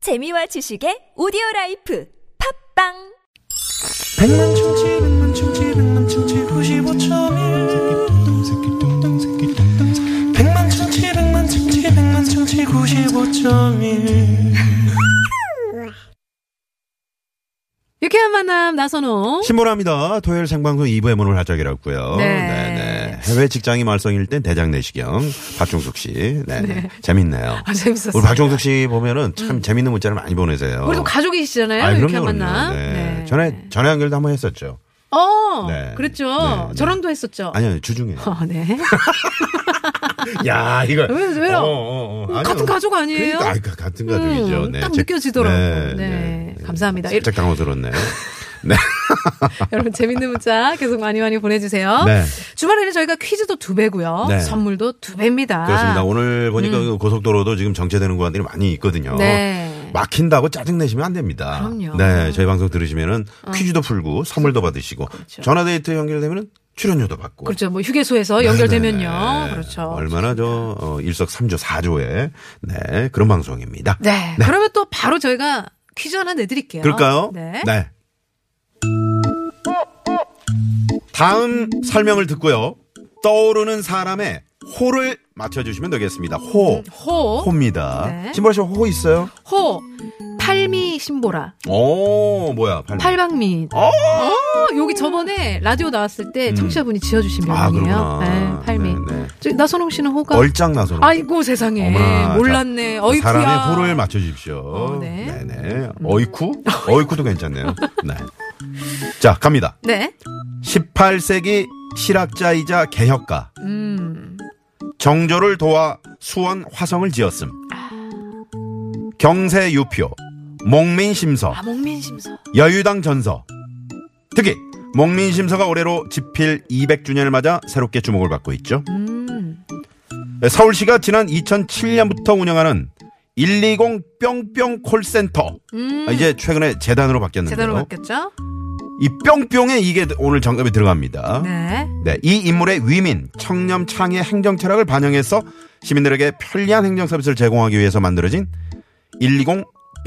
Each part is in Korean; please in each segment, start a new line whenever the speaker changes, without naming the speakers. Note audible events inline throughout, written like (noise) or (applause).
재미와 지식의 오디오 라이프 팝빵
백만 충치 백만 충치 백만 충치 95.1 백만 충치 백만 충치 백만 충치 95.1
유쾌한 만남 나선홍.
신보라입니다. 토요일 생방송 2부의 문을 활짝 열었고요.
네.
네네. 해외 직장이 말썽일 땐 대장 내시경. 박종숙 씨. 네네. 재밌네요.
아, 재밌었어요. 음.
우리 박종숙 씨 보면은 참 재밌는 문자를 많이 보내세요.
우리 또 가족이시잖아요.
아, 그럼요,
유쾌한
그럼요.
만남.
네. 전에, 전에 연결도 한번 했었죠.
어,
네.
그랬죠.
네, 네.
저랑도 했었죠.
아니요, 주중에.
어, 네.
야, 이거. 어,
왜, 왜요? 어,
아니요.
같은 가족 아니에요?
그러니까, 아이, 같은 가족이죠.
음,
네.
딱
제-
느껴지더라고요. 네, 감사합니다.
살짝 당황스럽네요.
여러분 재밌는 문자 계속 많이 많이 보내주세요.
네.
주말에는 저희가 퀴즈도 두 배고요.
네.
선물도 두 배입니다.
그렇습니다. 오늘 보니까 그 고속도로도 지금 정체되는 구간들이 많이 있거든요.
음. 네.
막힌다고 짜증 내시면 안 됩니다.
그럼요. 어.
네, 저희 방송 들으시면은 퀴즈도 풀고 선물도 받으시고 전화 데이트 연결되면은 출연료도 받고.
그렇죠. 뭐 휴게소에서 연결되면요.
네.
그렇죠.
얼마나 저 어, 일석 삼조사조에 네, 그런 방송입니다.
네. 그러면 또 바로 저희가 퀴즈 하나 내드릴게요.
그럴까요?
네.
다음 설명을 듣고요. 떠오르는 사람의 호를 맞춰 주시면 되겠습니다. 호.
음, 호.
호입니다.
네.
신보라 씨호 있어요?
호. 팔미 신보라.
오, 뭐야? 팔.
팔방미.
어!
어, 여기 저번에 라디오 나왔을 때 청취자분이 지어주신
음. 아,
명이에요.
그렇구나.
네, 팔미.
네, 네.
저기 나선홍 씨는 호가.
얼짱 나서.
아이고 세상에.
어머나,
몰랐네.
자,
어이쿠야.
사람의 호를 맞춰 주십시오.
어, 네.
네 어이쿠? 어이쿠도 괜찮네요. 네. 자, 갑니다.
네.
18세기 실학자이자 개혁가.
음.
정조를 도와 수원 화성을 지었음.
아.
경세 유표, 목민 심서,
아 목민심서.
여유당 전서. 특히 목민 심서가 올해로 집필 200주년을 맞아 새롭게 주목을 받고 있죠.
음.
서울시가 지난 2007년부터 운영하는 120 뿅뿅 콜센터.
음.
아, 이제 최근에 재단으로 바뀌었는데요. 어?
제대로 바뀌었죠?
이 뿅뿅에 이게 오늘 정답이 들어갑니다.
네.
네, 이 인물의 위민, 청렴 창의 행정 철학을 반영해서 시민들에게 편리한 행정 서비스를 제공하기 위해서 만들어진 120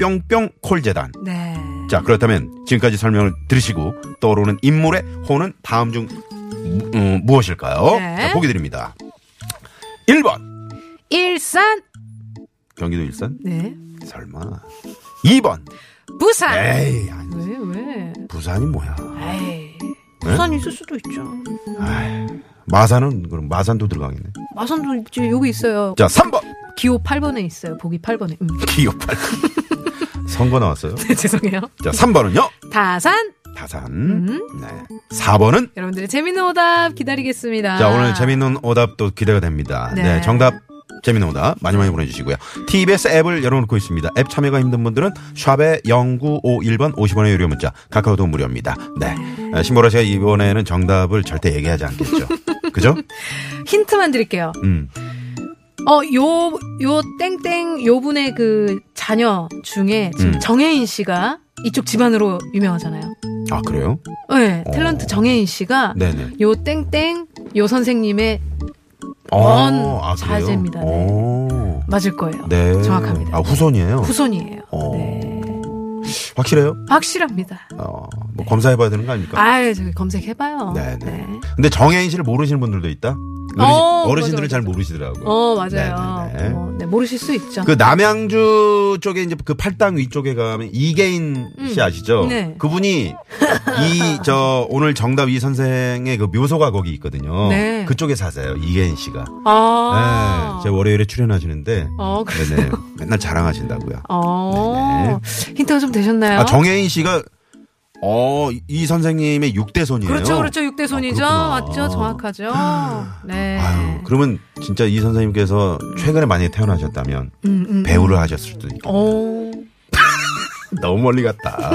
뿅뿅 콜 재단.
네.
자, 그렇다면 지금까지 설명을 들으시고 떠오르는 인물의 호는 다음 중 무- 음, 무엇일까요?
네.
자, 보기 드립니다. 1번
일산.
경기도 일산
네.
설마 2번
부산.
에이 아니,
왜 왜?
부산이 뭐야 네?
에이. 부산 있을 수도 있죠.
마산은 그럼 마산도 들어가겠네
마산도 있지. 여기 있어요.
자 3번
기호 8번에 있어요. 보기 8번에. 음. (laughs)
기억발 (laughs) 선거 나왔어요
죄송해요.
자 3번은요
다산.
다산. 네. 4번은
여러분들의 재밌는 오답 기다리겠습니다.
자 오늘 재밌는 오답도 기대가 됩니다.
아. 네.
네, 정답 재밌는 오답 많이 많이 보내주시고요. TBS 앱을 열어놓고 있습니다. 앱 참여가 힘든 분들은 샵에 0951번 50원의 유료 문자 카카오톡 무료입니다. 네, 아, 신보라 씨가 이번에는 정답을 절대 얘기하지
(laughs)
않겠죠. 그죠?
힌트만 드릴게요.
음.
어, 요, 요 땡땡 요 분의 그 자녀 중에 지금
음.
정혜인 씨가 이쪽 집안으로 유명하잖아요.
아 그래요?
네,
어.
탤런트 정혜인 씨가
네네.
요 땡땡 요 선생님의 원
아, 그래요?
자제입니다. 네.
오.
맞을 거예요.
네.
정확합니다.
아 후손이에요.
후손이에요.
어.
네.
확실해요?
확실합니다.
어, 뭐 검사해봐야 되는 거 아닙니까?
아유, 예, 저기 검색해봐요.
그러니까 네네. 근데 정혜인 씨를 모르시는 분들도 있다?
어,
어르신, 들은
맞아,
잘
맞아.
모르시더라고요.
어, 맞아요.
네네네.
어, 네, 모르실 수 있죠.
그 남양주 쪽에 이제 그 팔당 위쪽에 가면 이계인 씨 아시죠?
네.
그분이 이 저 오늘 정답 이 선생의 그 묘소가 거기 있거든요.
네.
그쪽에 사세요. 이계인 씨가.
아.
네. 제가 월요일에 출연하시는데
어, 그래.
네네. 맨날 자랑하신다고요.
어. 힌트가 좀 되셨나요?
아, 정혜인 씨가 어, 이 선생님의 육대 손이에요.
그렇죠, 그렇죠. 육대 손이죠.
예. 아, 그렇구나. 아.
맞죠. 정확하죠. 네.
아유, 그러면 진짜 이 선생님께서 최근에 만약에 태어나셨다면
음, 음.
배우를 하셨을 수도 있고
오.
너무 멀리
(laughs)
갔다.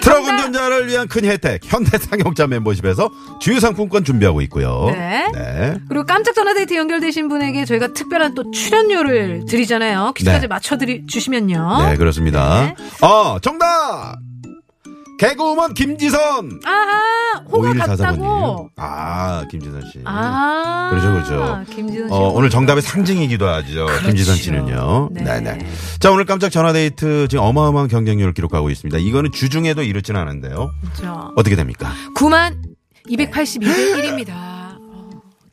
트럭 운전자를 위한 큰 혜택 현대 상용차 멤버십에서 주유 상품권 준비하고 있고요.
네.
네.
그리고 깜짝 전화 데이트 연결되신 분에게 저희가 특별한 또 출연료를 드리잖아요. 퀴즈까지
네.
어? 맞춰 드리 주시면요.
네, 그렇습니다.
네.
어, 정답! 개그우먼 김지선.
아하 호가
5144번님.
같다고.
아, 김지선 씨.
아
그렇죠, 그렇죠.
김지선 씨.
어, 오늘 정답의 상징이기도 하죠. 김지선 씨는요.
그렇죠. 네.
네. 네 자, 오늘 깜짝 전화데이트 지금 어마어마한 경쟁률을 기록하고 있습니다. 이거는 주중에도 이렇진 않은데요.
그렇죠.
어떻게 됩니까?
9만 282일입니다. 어,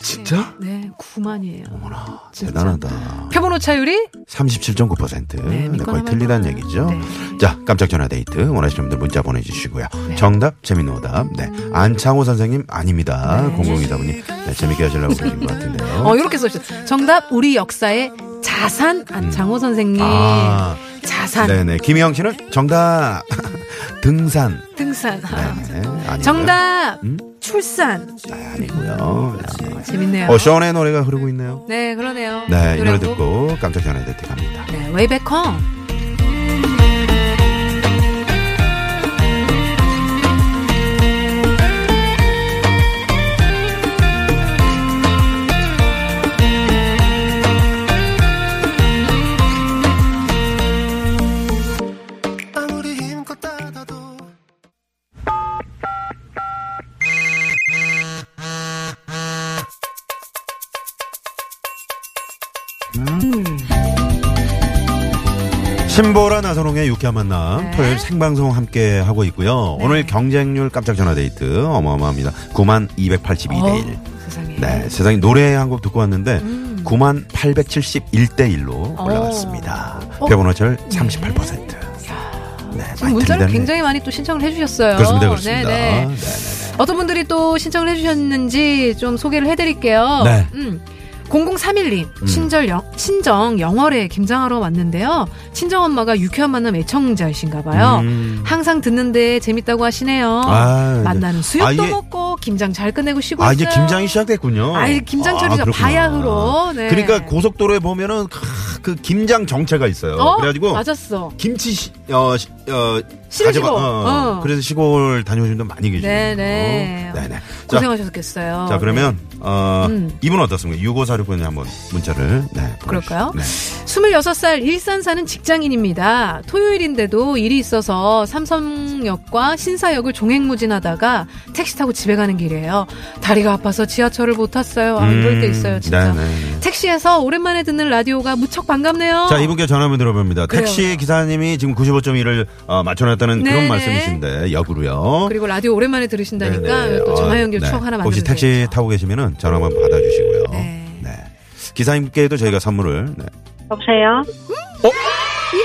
진짜?
네, 9만이에요. 어머나
대단하다.
표본오 차율이
37.9%.
네,
네,
믿거나
거의 틀리다는
말거나.
얘기죠.
네.
자, 깜짝 전화 데이트 원하시는 분들 문자 보내주시고요.
네.
정답 재미있는 오답. 네, 안창호 선생님 아닙니다. 공공이다 보니 네, 재밌게 하시려고 그러신 것 같은데요.
어 이렇게 써주셨어요. 정답 우리 역사의 자산 안창호 선생님.
음. 아.
자산
네네. 김희영 씨는 정답 (laughs) 등산.
등산.
네, 음? 아니고요.
정답 출산.
아, 아니고요.
재밌네요.
어, 션의 노래가 흐르고 있네요.
네 그러네요.
네, 이 노래
노래도.
듣고 깜짝 전화 데이트 갑니다.
네, 웨이백홈.
아무리 힘껏 따다도
신보라 나선홍의 유쾌한 만남
네.
토요일 생방송 함께 하고 있고요. 오늘 경쟁률 깜짝 전화 데이트 어마어마합니다. 9만 282대
어.
1.
세상에.
네, 세상에 노래 한 곡 듣고 왔는데
음.
9만 871대 1로 올라갔습니다.
어.
배번호철 38%. 네,
지금 문자를 굉장히 많이 또 신청을 해주셨어요.
그렇습니다, 그렇습니다.
네, 네.
네, 네,
어떤 분들이 또 신청을 해주셨는지 좀 소개를 해드릴게요.
네. 음.
음. 0031님, 친절 영, 친정 영월에 김장하러 왔는데요. 친정 엄마가 유쾌한 만남 애청자이신가 봐요.
음.
항상 듣는데 재밌다고 하시네요.
아,
만나는
아,
수육도
이게-
먹고 김장 잘 끝내고 쉬고
아, 이제
있어요.
김장이 시작됐군요.
아, 이제 김장철이죠.
그렇구나.
바야흐로. 네.
그러니까 고속도로에 보면은 크, 그 김장 정체가 있어요.
어?
그래가지고
맞았어.
김치 시, 어, 시, 어,
시골.
가져가- 어,
어.
그래서 시골 다녀오신 분 많이 계시네요.
네네.
네네. 자,
고생하셨겠어요.
자 그러면 어,
음.
이분 어떻습니까? 6546번에 한번 문자를 네, 보내주시죠.
그럴까요?
네.
26살 일산 사는 직장인입니다. 토요일인데도 일이 있어서 삼성역과 신사역을 종횡무진하다가 택시 타고 집에 가는 길이에요. 다리가 아파서 지하철을 못 탔어요. 아, 이럴 때 있어요, 진짜.
음, 네네.
택시에서 오랜만에 듣는 라디오가 무척 반갑네요.
자, 이분께 전화 한번 들어봅니다.
그래요.
택시 기사님이 지금 95.1을 어, 맞춰놨다는 그런
네네.
말씀이신데, 역으로요.
그리고 라디오 오랜만에 들으신다니까
네네.
또 전화 연결
어, 네.
추억 하나 만들어
혹시 택시 타고 계시면은 전화 한번 받아주시고요.
네.
기사님께도 저희가 선물을. 네.
여보세요?
네,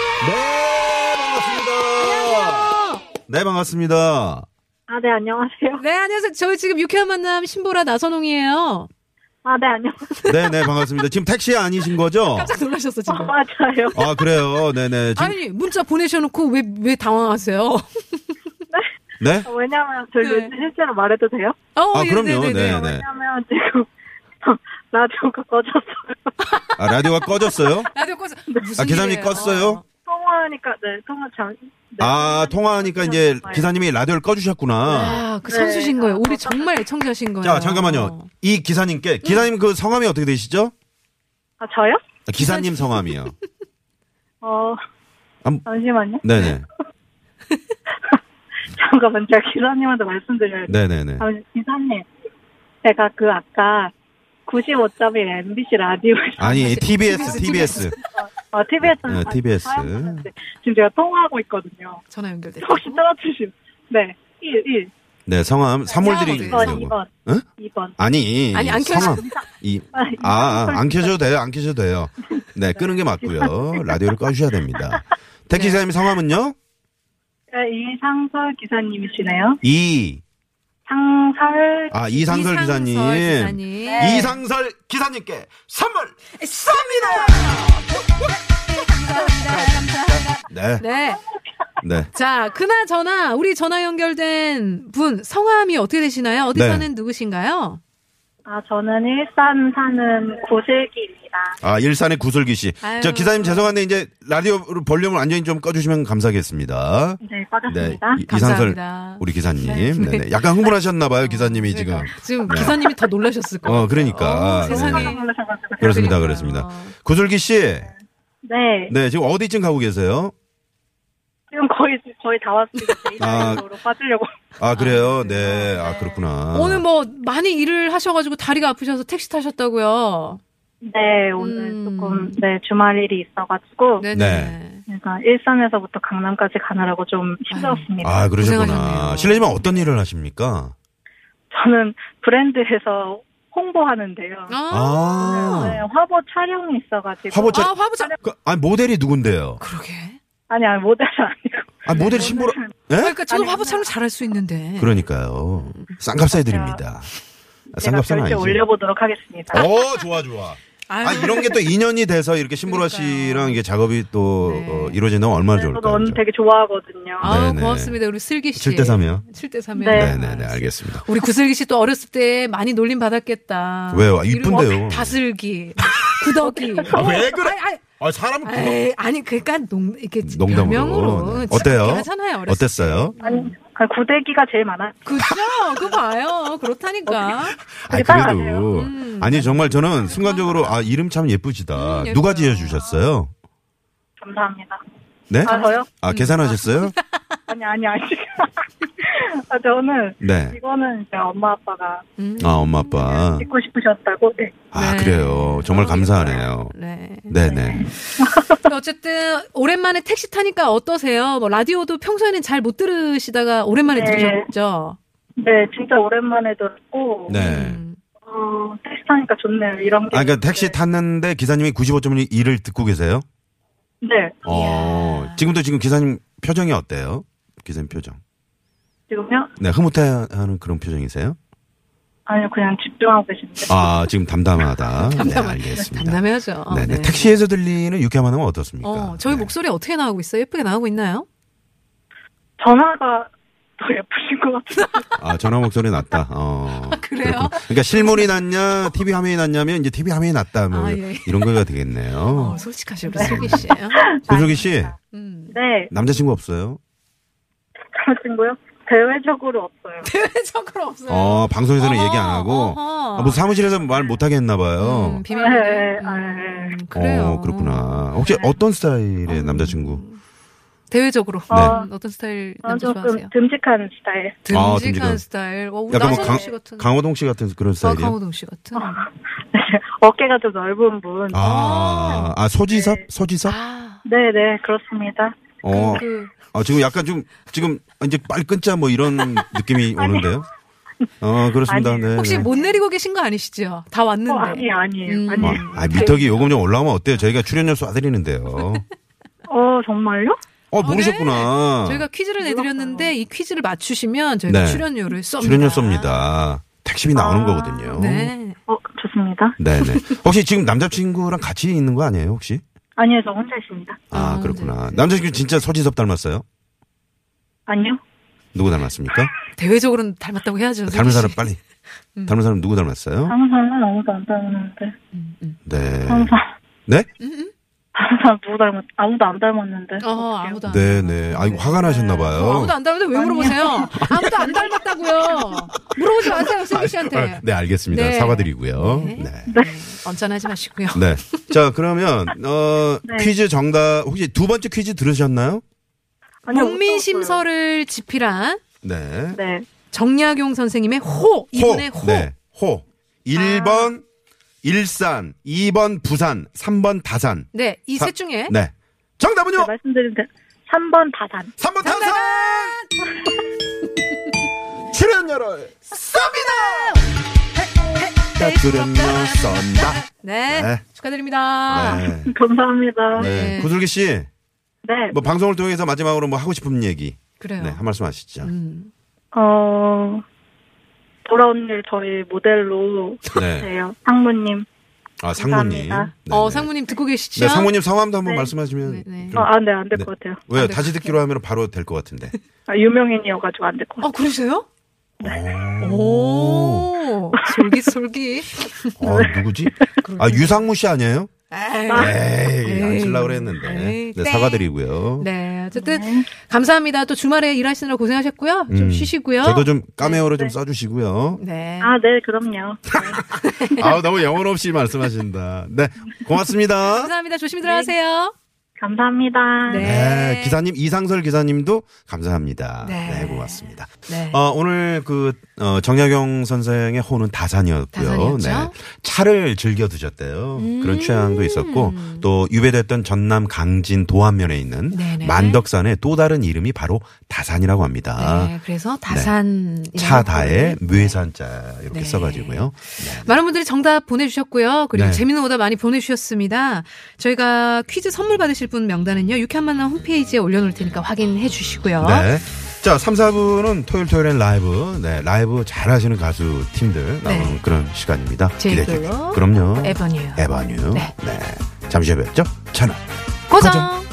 반갑습니다. 네, 반갑습니다.
아, 네, 안녕하세요.
네, 안녕하세요. 저희 지금 유쾌한 만남 신보라 나선홍이에요.
아, 네, 안녕하세요.
네, 네, 반갑습니다. 지금 택시
(laughs)
아니신 거죠?
깜짝 놀라셨어, 지금.
맞아요.
네. 아, 그래요. 네, 네. 지금
아니, 문자 보내셔놓고 왜, 왜 당황하세요? (laughs) 어,
네?
왜냐면, 저희
네.
실제로 말해도 돼요?
어,
아,
예,
그럼요.
네네네.
네, 네.
왜냐면, 지금, (laughs) 라디오가 꺼졌어요. (laughs)
아, 라디오가 꺼졌어요?
라디오 껐어. 무슨
아, 기사님이
일이에요?
껐어요?
통화하니까, 네, 통화 잘. 네.
아, 통화하니까 이제
네.
기사님이 라디오를 꺼주셨구나.
아, 그
네.
선수신 거예요. 우리 정말 애청자신 거예요.
자,
어.
잠깐만요. 이 기사님께, 기사님 그 성함이 어떻게 되시죠?
아, 저요?
아, 기사님 성함이요.
어,
음.
잠시만요. (laughs)
네네.
잠깐만, 제가 기사님한테 말씀드려야 돼요.
네네네.
아, 기사님. 제가 그 아까 95.1 MBC 라디오,
아니, TBS, TBS.
어, TBS.
네, TBS.
지금 제가 통화하고 있거든요.
전화 연결돼.
아,
혹시 떨어뜨리시면, 네, 1, 1.
네, 성함,
네,
3월드리.
2번, 2번.
응?
2번.
아니,
아니, 안 켜져.
성함. 이, 아, 아, 안 켜줘도 돼요, 안 켜줘도 돼요. 네, 끄는 게 맞고요. 라디오를 꺼주셔야 (laughs) 됩니다. 택시사님 성함은요?
네, 이상설 기사님이시네요.
이,
상설
아, 이상설 기사님. 예.
기사님.
이상설 기사님께 선물! 네,
네.
네.
자, 그나저나 우리 전화 연결된 분 성함이 어떻게 되시나요? 어디
네.
사는 누구신가요?
아 저는 일산 사는 고슬기입니다.
아, 일산의 구슬기 씨.
아유.
저 기사님 죄송한데 이제 라디오 볼륨을 완전히 좀 꺼주시면 감사하겠습니다.
네,
네,
꺼졌습니다.
이- 이상설
감사합니다.
우리 기사님. 네, 네. 약간 흥분하셨나봐요, 기사님이 지금.
지금
네.
기사님이 더 놀라셨을 거예요.
어, 그러니까.
어, 세상에.
네네.
놀라셔가지고.
그렇습니다,
그러니까요.
그렇습니다. 구슬기 씨,
네,
네, 지금 어디쯤 가고 계세요?
지금 거 거의 저희 다 왔습니다.
(laughs) 아.
이상으로 빠지려고.
아, 그래요? 네. 아, 그렇구나.
오늘 뭐 많이 일을 하셔가지고 다리가 아프셔서 택시 타셨다고요.
네, 오늘
음.
조금 네 주말 일이 있어가지고
네네.
제가 일산에서부터 강남까지 가느라고 좀 힘들었습니다.
아, 그러셨구나.
고생하셨네요.
실례지만 어떤 일을 하십니까?
저는 브랜드에서 홍보하는데요.
아,
아.
네, 화보 촬영이 있어가지고
화보
아
촬영.
화보자.
그, 아니, 모델이 누군데요?
그러게.
아니 아니 모델이 아니에요.
아, 모델 신보라.
아,
예?
그러니까 저도
아니,
화보 촬영 잘할 수 있는데.
그러니까요. 쌍값 해드립니다. 아,
제가
쌍값은 아니지.
절대 올려보도록 하겠습니다.
어, 좋아, 좋아.
아유,
아, 이런 게 또 인연이 돼서 이렇게 신보라
그러니까요.
씨랑 이게 작업이 또
네.
어, 이루어지면 얼마나
저도
좋을까요?
언니
그죠?
되게 좋아하거든요.
아유,
네네.
고맙습니다. 우리 슬기 씨.
7대 3이요.
7대 3이요.
네.
네, 네, 네, 알겠습니다.
우리 구슬기 씨 또 어렸을 때 많이 놀림 받았겠다.
왜요? 아,
이름
이쁜데요.
뭐 다슬기,
(laughs)
구덕이.
어.
왜 그래?
아니, 아니,
아, 사람
에이, 아니 그러니까 농 이렇게
농담으로.
별명으로
네.
지금
어때요?
이렇게 하잖아요. 어렸을 때.
어땠어요?
아니 아니, 구데기가 제일 많아.
그죠? 그거 봐요. 그렇다니까.
아니
되게
그래도 아니 정말 저는 순간적으로 아 이름 참 예쁘시다.
음,
누가
예뻐요.
지어 주셨어요?
감사합니다.
네?
아 저요?
아, 계산하셨어요?
아니 아니 (laughs) 아니. 아, 저는
네.
이거는 이제 엄마 아빠가
음.
아, 엄마 아빠.
듣고 싶으셨다고. 네.
아,
네.
그래요. 정말
어,
감사하네요.
네.
네, 네.
근데 어쨌든 오랜만에 택시 타니까 어떠세요? 뭐 라디오도 평소에는 잘 못 들으시다가 오랜만에
네.
들으셨죠?
네, 진짜 오랜만에 들었고
네.
음.
어, 택시 타니까 좋네요. 이런 게.
아, 그러니까 택시 탔는데 기사님이 95.1을 듣고 계세요?
네.
어.
이야.
지금도 지금 기사님 표정이 어때요? 기사님 표정.
지금요?
네, 흐뭇해하는 그런 표정이세요?
아니요, 그냥 집중하고 계신데.
아, 지금 담담하다. 네, 알겠습니다.
담담해야죠.
네, 네.
네.
택시에서 들리는 유쾌한 만남은 어떻습니까?
어, 저희
네.
목소리 어떻게 나오고 있어요? 예쁘게 나오고 있나요?
전화가 더 예쁘신 것 같아요.
아, 전화 목소리 낫다. 어.
(laughs) 그래요?
그렇구나. 그러니까 실물이 낫냐, TV 화면이 낫냐면 이제 TV 화면이 낫다. 뭐
아, 예.
이런 거가
어,
되겠네요.
솔직하시 우리 슬기 씨. 어?
고석희 씨,
음. (laughs)
(laughs)
네,
남자친구 없어요?
그러신고요? 대외적으로 없어요.
대외적으로 없어요.
어, 방송에서는
어허,
얘기 안 하고,
네. 어허.
아, 무슨 사무실에서 말 못하게 했나 봐요.
음, 비밀.
네,
음,
네.
그래요. 음. 네.
어, 그렇구나. 혹시 어떤 스타일의 남자친구?
대외적으로
네.
어떤 스타일
저는
남자 좋아하세요?
조금 듬직한 스타일.
아,
듬직한
듬직한.
스타일. 와, 우리
약간 뭐
나선홍
강,
씨 같은.
강호동 씨 같은 그런
아,
스타일이요?
강호동 씨 같은.
어깨가 좀 넓은 분. 어,
아, 아, 소지섭? 소지섭?
아,
네, 네, 그렇습니다.
어,
그
아, 지금 약간 좀, 지금 이제 빨리 끊자 뭐 이런
(laughs)
느낌이 오는데요? 어, 그렇습니다.
아니에요.
네.
혹시
네.
못 내리고 계신 거 아니시죠? 다 왔는데.
어, 아니에요, 아니에요,
음.
아,
아니에요.
아, 미터기 요금 좀 올라오면 어때요? 저희가 출연료 쏴드리는데요.
어, 정말요?
어, 모르셨구나.
아, 네. 저희가 퀴즈를 내드렸는데 이 퀴즈를 맞추시면 저희가
네.
출연료를 쏩니다.
출연료 쏩니다. 택시비 나오는
아,
거거든요.
네.
어, 좋습니다.
네, 네. 혹시 지금 남자친구랑 같이 있는 거 아니에요, 혹시?
아니요, 저 혼자 있습니다.
아,
아,
그렇구나.
네, 네.
남자친구 진짜 소지섭 닮았어요?
아니요?
누구 닮았습니까?
대외적으로는 닮았다고 해야죠.
닮은
슬기
사람
씨.
빨리. 닮은 사람 누구 닮았어요?
항상 아무도 안 닮았는데.
음, 음.
네.
항상,
네?
항상 누구 닮았, 아무도 안 닮았는데.
어, 아무도 안.
네, 네. 아이고, 화가
어,
나셨나봐요.
아무도 안 닮았는데 왜 물어보세요? 아무도 안 닮았다고요. 물어보지 마세요, 슬기 씨한테.
네, 알겠습니다.
네.
사과드리고요.
네.
네.
언짢아하지 마시고요.
네. 자, 그러면, 어, 퀴즈 정답, 혹시 두 번째 퀴즈 들으셨나요?
아니요,
국민
못 닮았어요.
심서를 집필한
네.
네.
정약용 선생님의 호 이분의 호.
네. 호. 1번 일산, 2번 부산, 3번 다산.
네, 이
사-
셋 중에
네. 정답은요?
제가 말씀드린 대 3번 다산.
3번 다산!
(laughs)
출연료를 쏩니다! 출연료 쏜다.
네,
네.
축하드립니다.
네.
(laughs) 감사합니다. 네.
네. 구슬기 씨, 뭐 방송을 통해서 마지막으로 뭐 하고 싶은 얘기.
그래요.
네, 한 말씀 하시죠.
음.
어, 돌아온 일 저희 모델로
네.
해요. 상무님.
아, 상무님.
감사합니다.
네,
어
네.
상무님 듣고 계시죠?
네, 상무님 성함도 한번
네.
말씀하시면.
네, 네.
그럼-
어, 아, 네, 안 될
네.
것 같아요.
왜요?
안 돼,
다시 듣기로 하면 바로 될 것
(laughs)
같은데.
아, 유명인이어가지고 안 될 것 같아요.
어 그러세요?
네. 오.
오, 솔깃솔깃.
아, 누구지? 아, 유상무 씨 아니에요?
에이.
에이, 안
에이.
칠라 그랬는데.
에이,
네,
땡.
사과드리고요.
네, 어쨌든 감사합니다. 또 주말에 일하시느라 고생하셨고요. 좀
음,
쉬시고요.
저도 좀 까메오로 좀 써주시고요.
네.
아, 네, 그럼요.
아우, 너무 영혼 없이 말씀하신다. 네, 고맙습니다.
감사합니다. 조심히 들어가세요.
감사합니다. 감사합니다.
네.
네, 기사님 이상설 기사님도 감사합니다.
네.
네, 고맙습니다.
네.
어, 오늘 그 어, 정약용 선생의 호는 다산이었고요. 네.
다산이었죠? 음.
차를 즐겨 드셨대요. 그런 취향도 있었고 또 유배됐던 전남 강진 도안면에 있는
네네.
만덕산의 또 다른 이름이 바로 다산이라고 합니다.
네, 그래서 다산
아. 차다에 뇌산자 이렇게
네.
써가지고요. 네.
많은 분들이 정답 보내주셨고요. 그리고
네.
재밌는 오답 많이 보내주셨습니다. 저희가 퀴즈 선물 받으실 분 명단은요. 유쾌한 만남 홈페이지에 올려놓을 테니까 확인해 주시고요.
네. 자, 3, 4부는 토요일 토요일엔 라이브. 네, 라이브 잘 하시는 가수 팀들 나오는
네.
그런 시간입니다.
제이블로,
기대해 주세요. 그럼요.
에버뉴
에바뉴.
네.
네. 잠시 후에 뵙죠. 채널.
고정.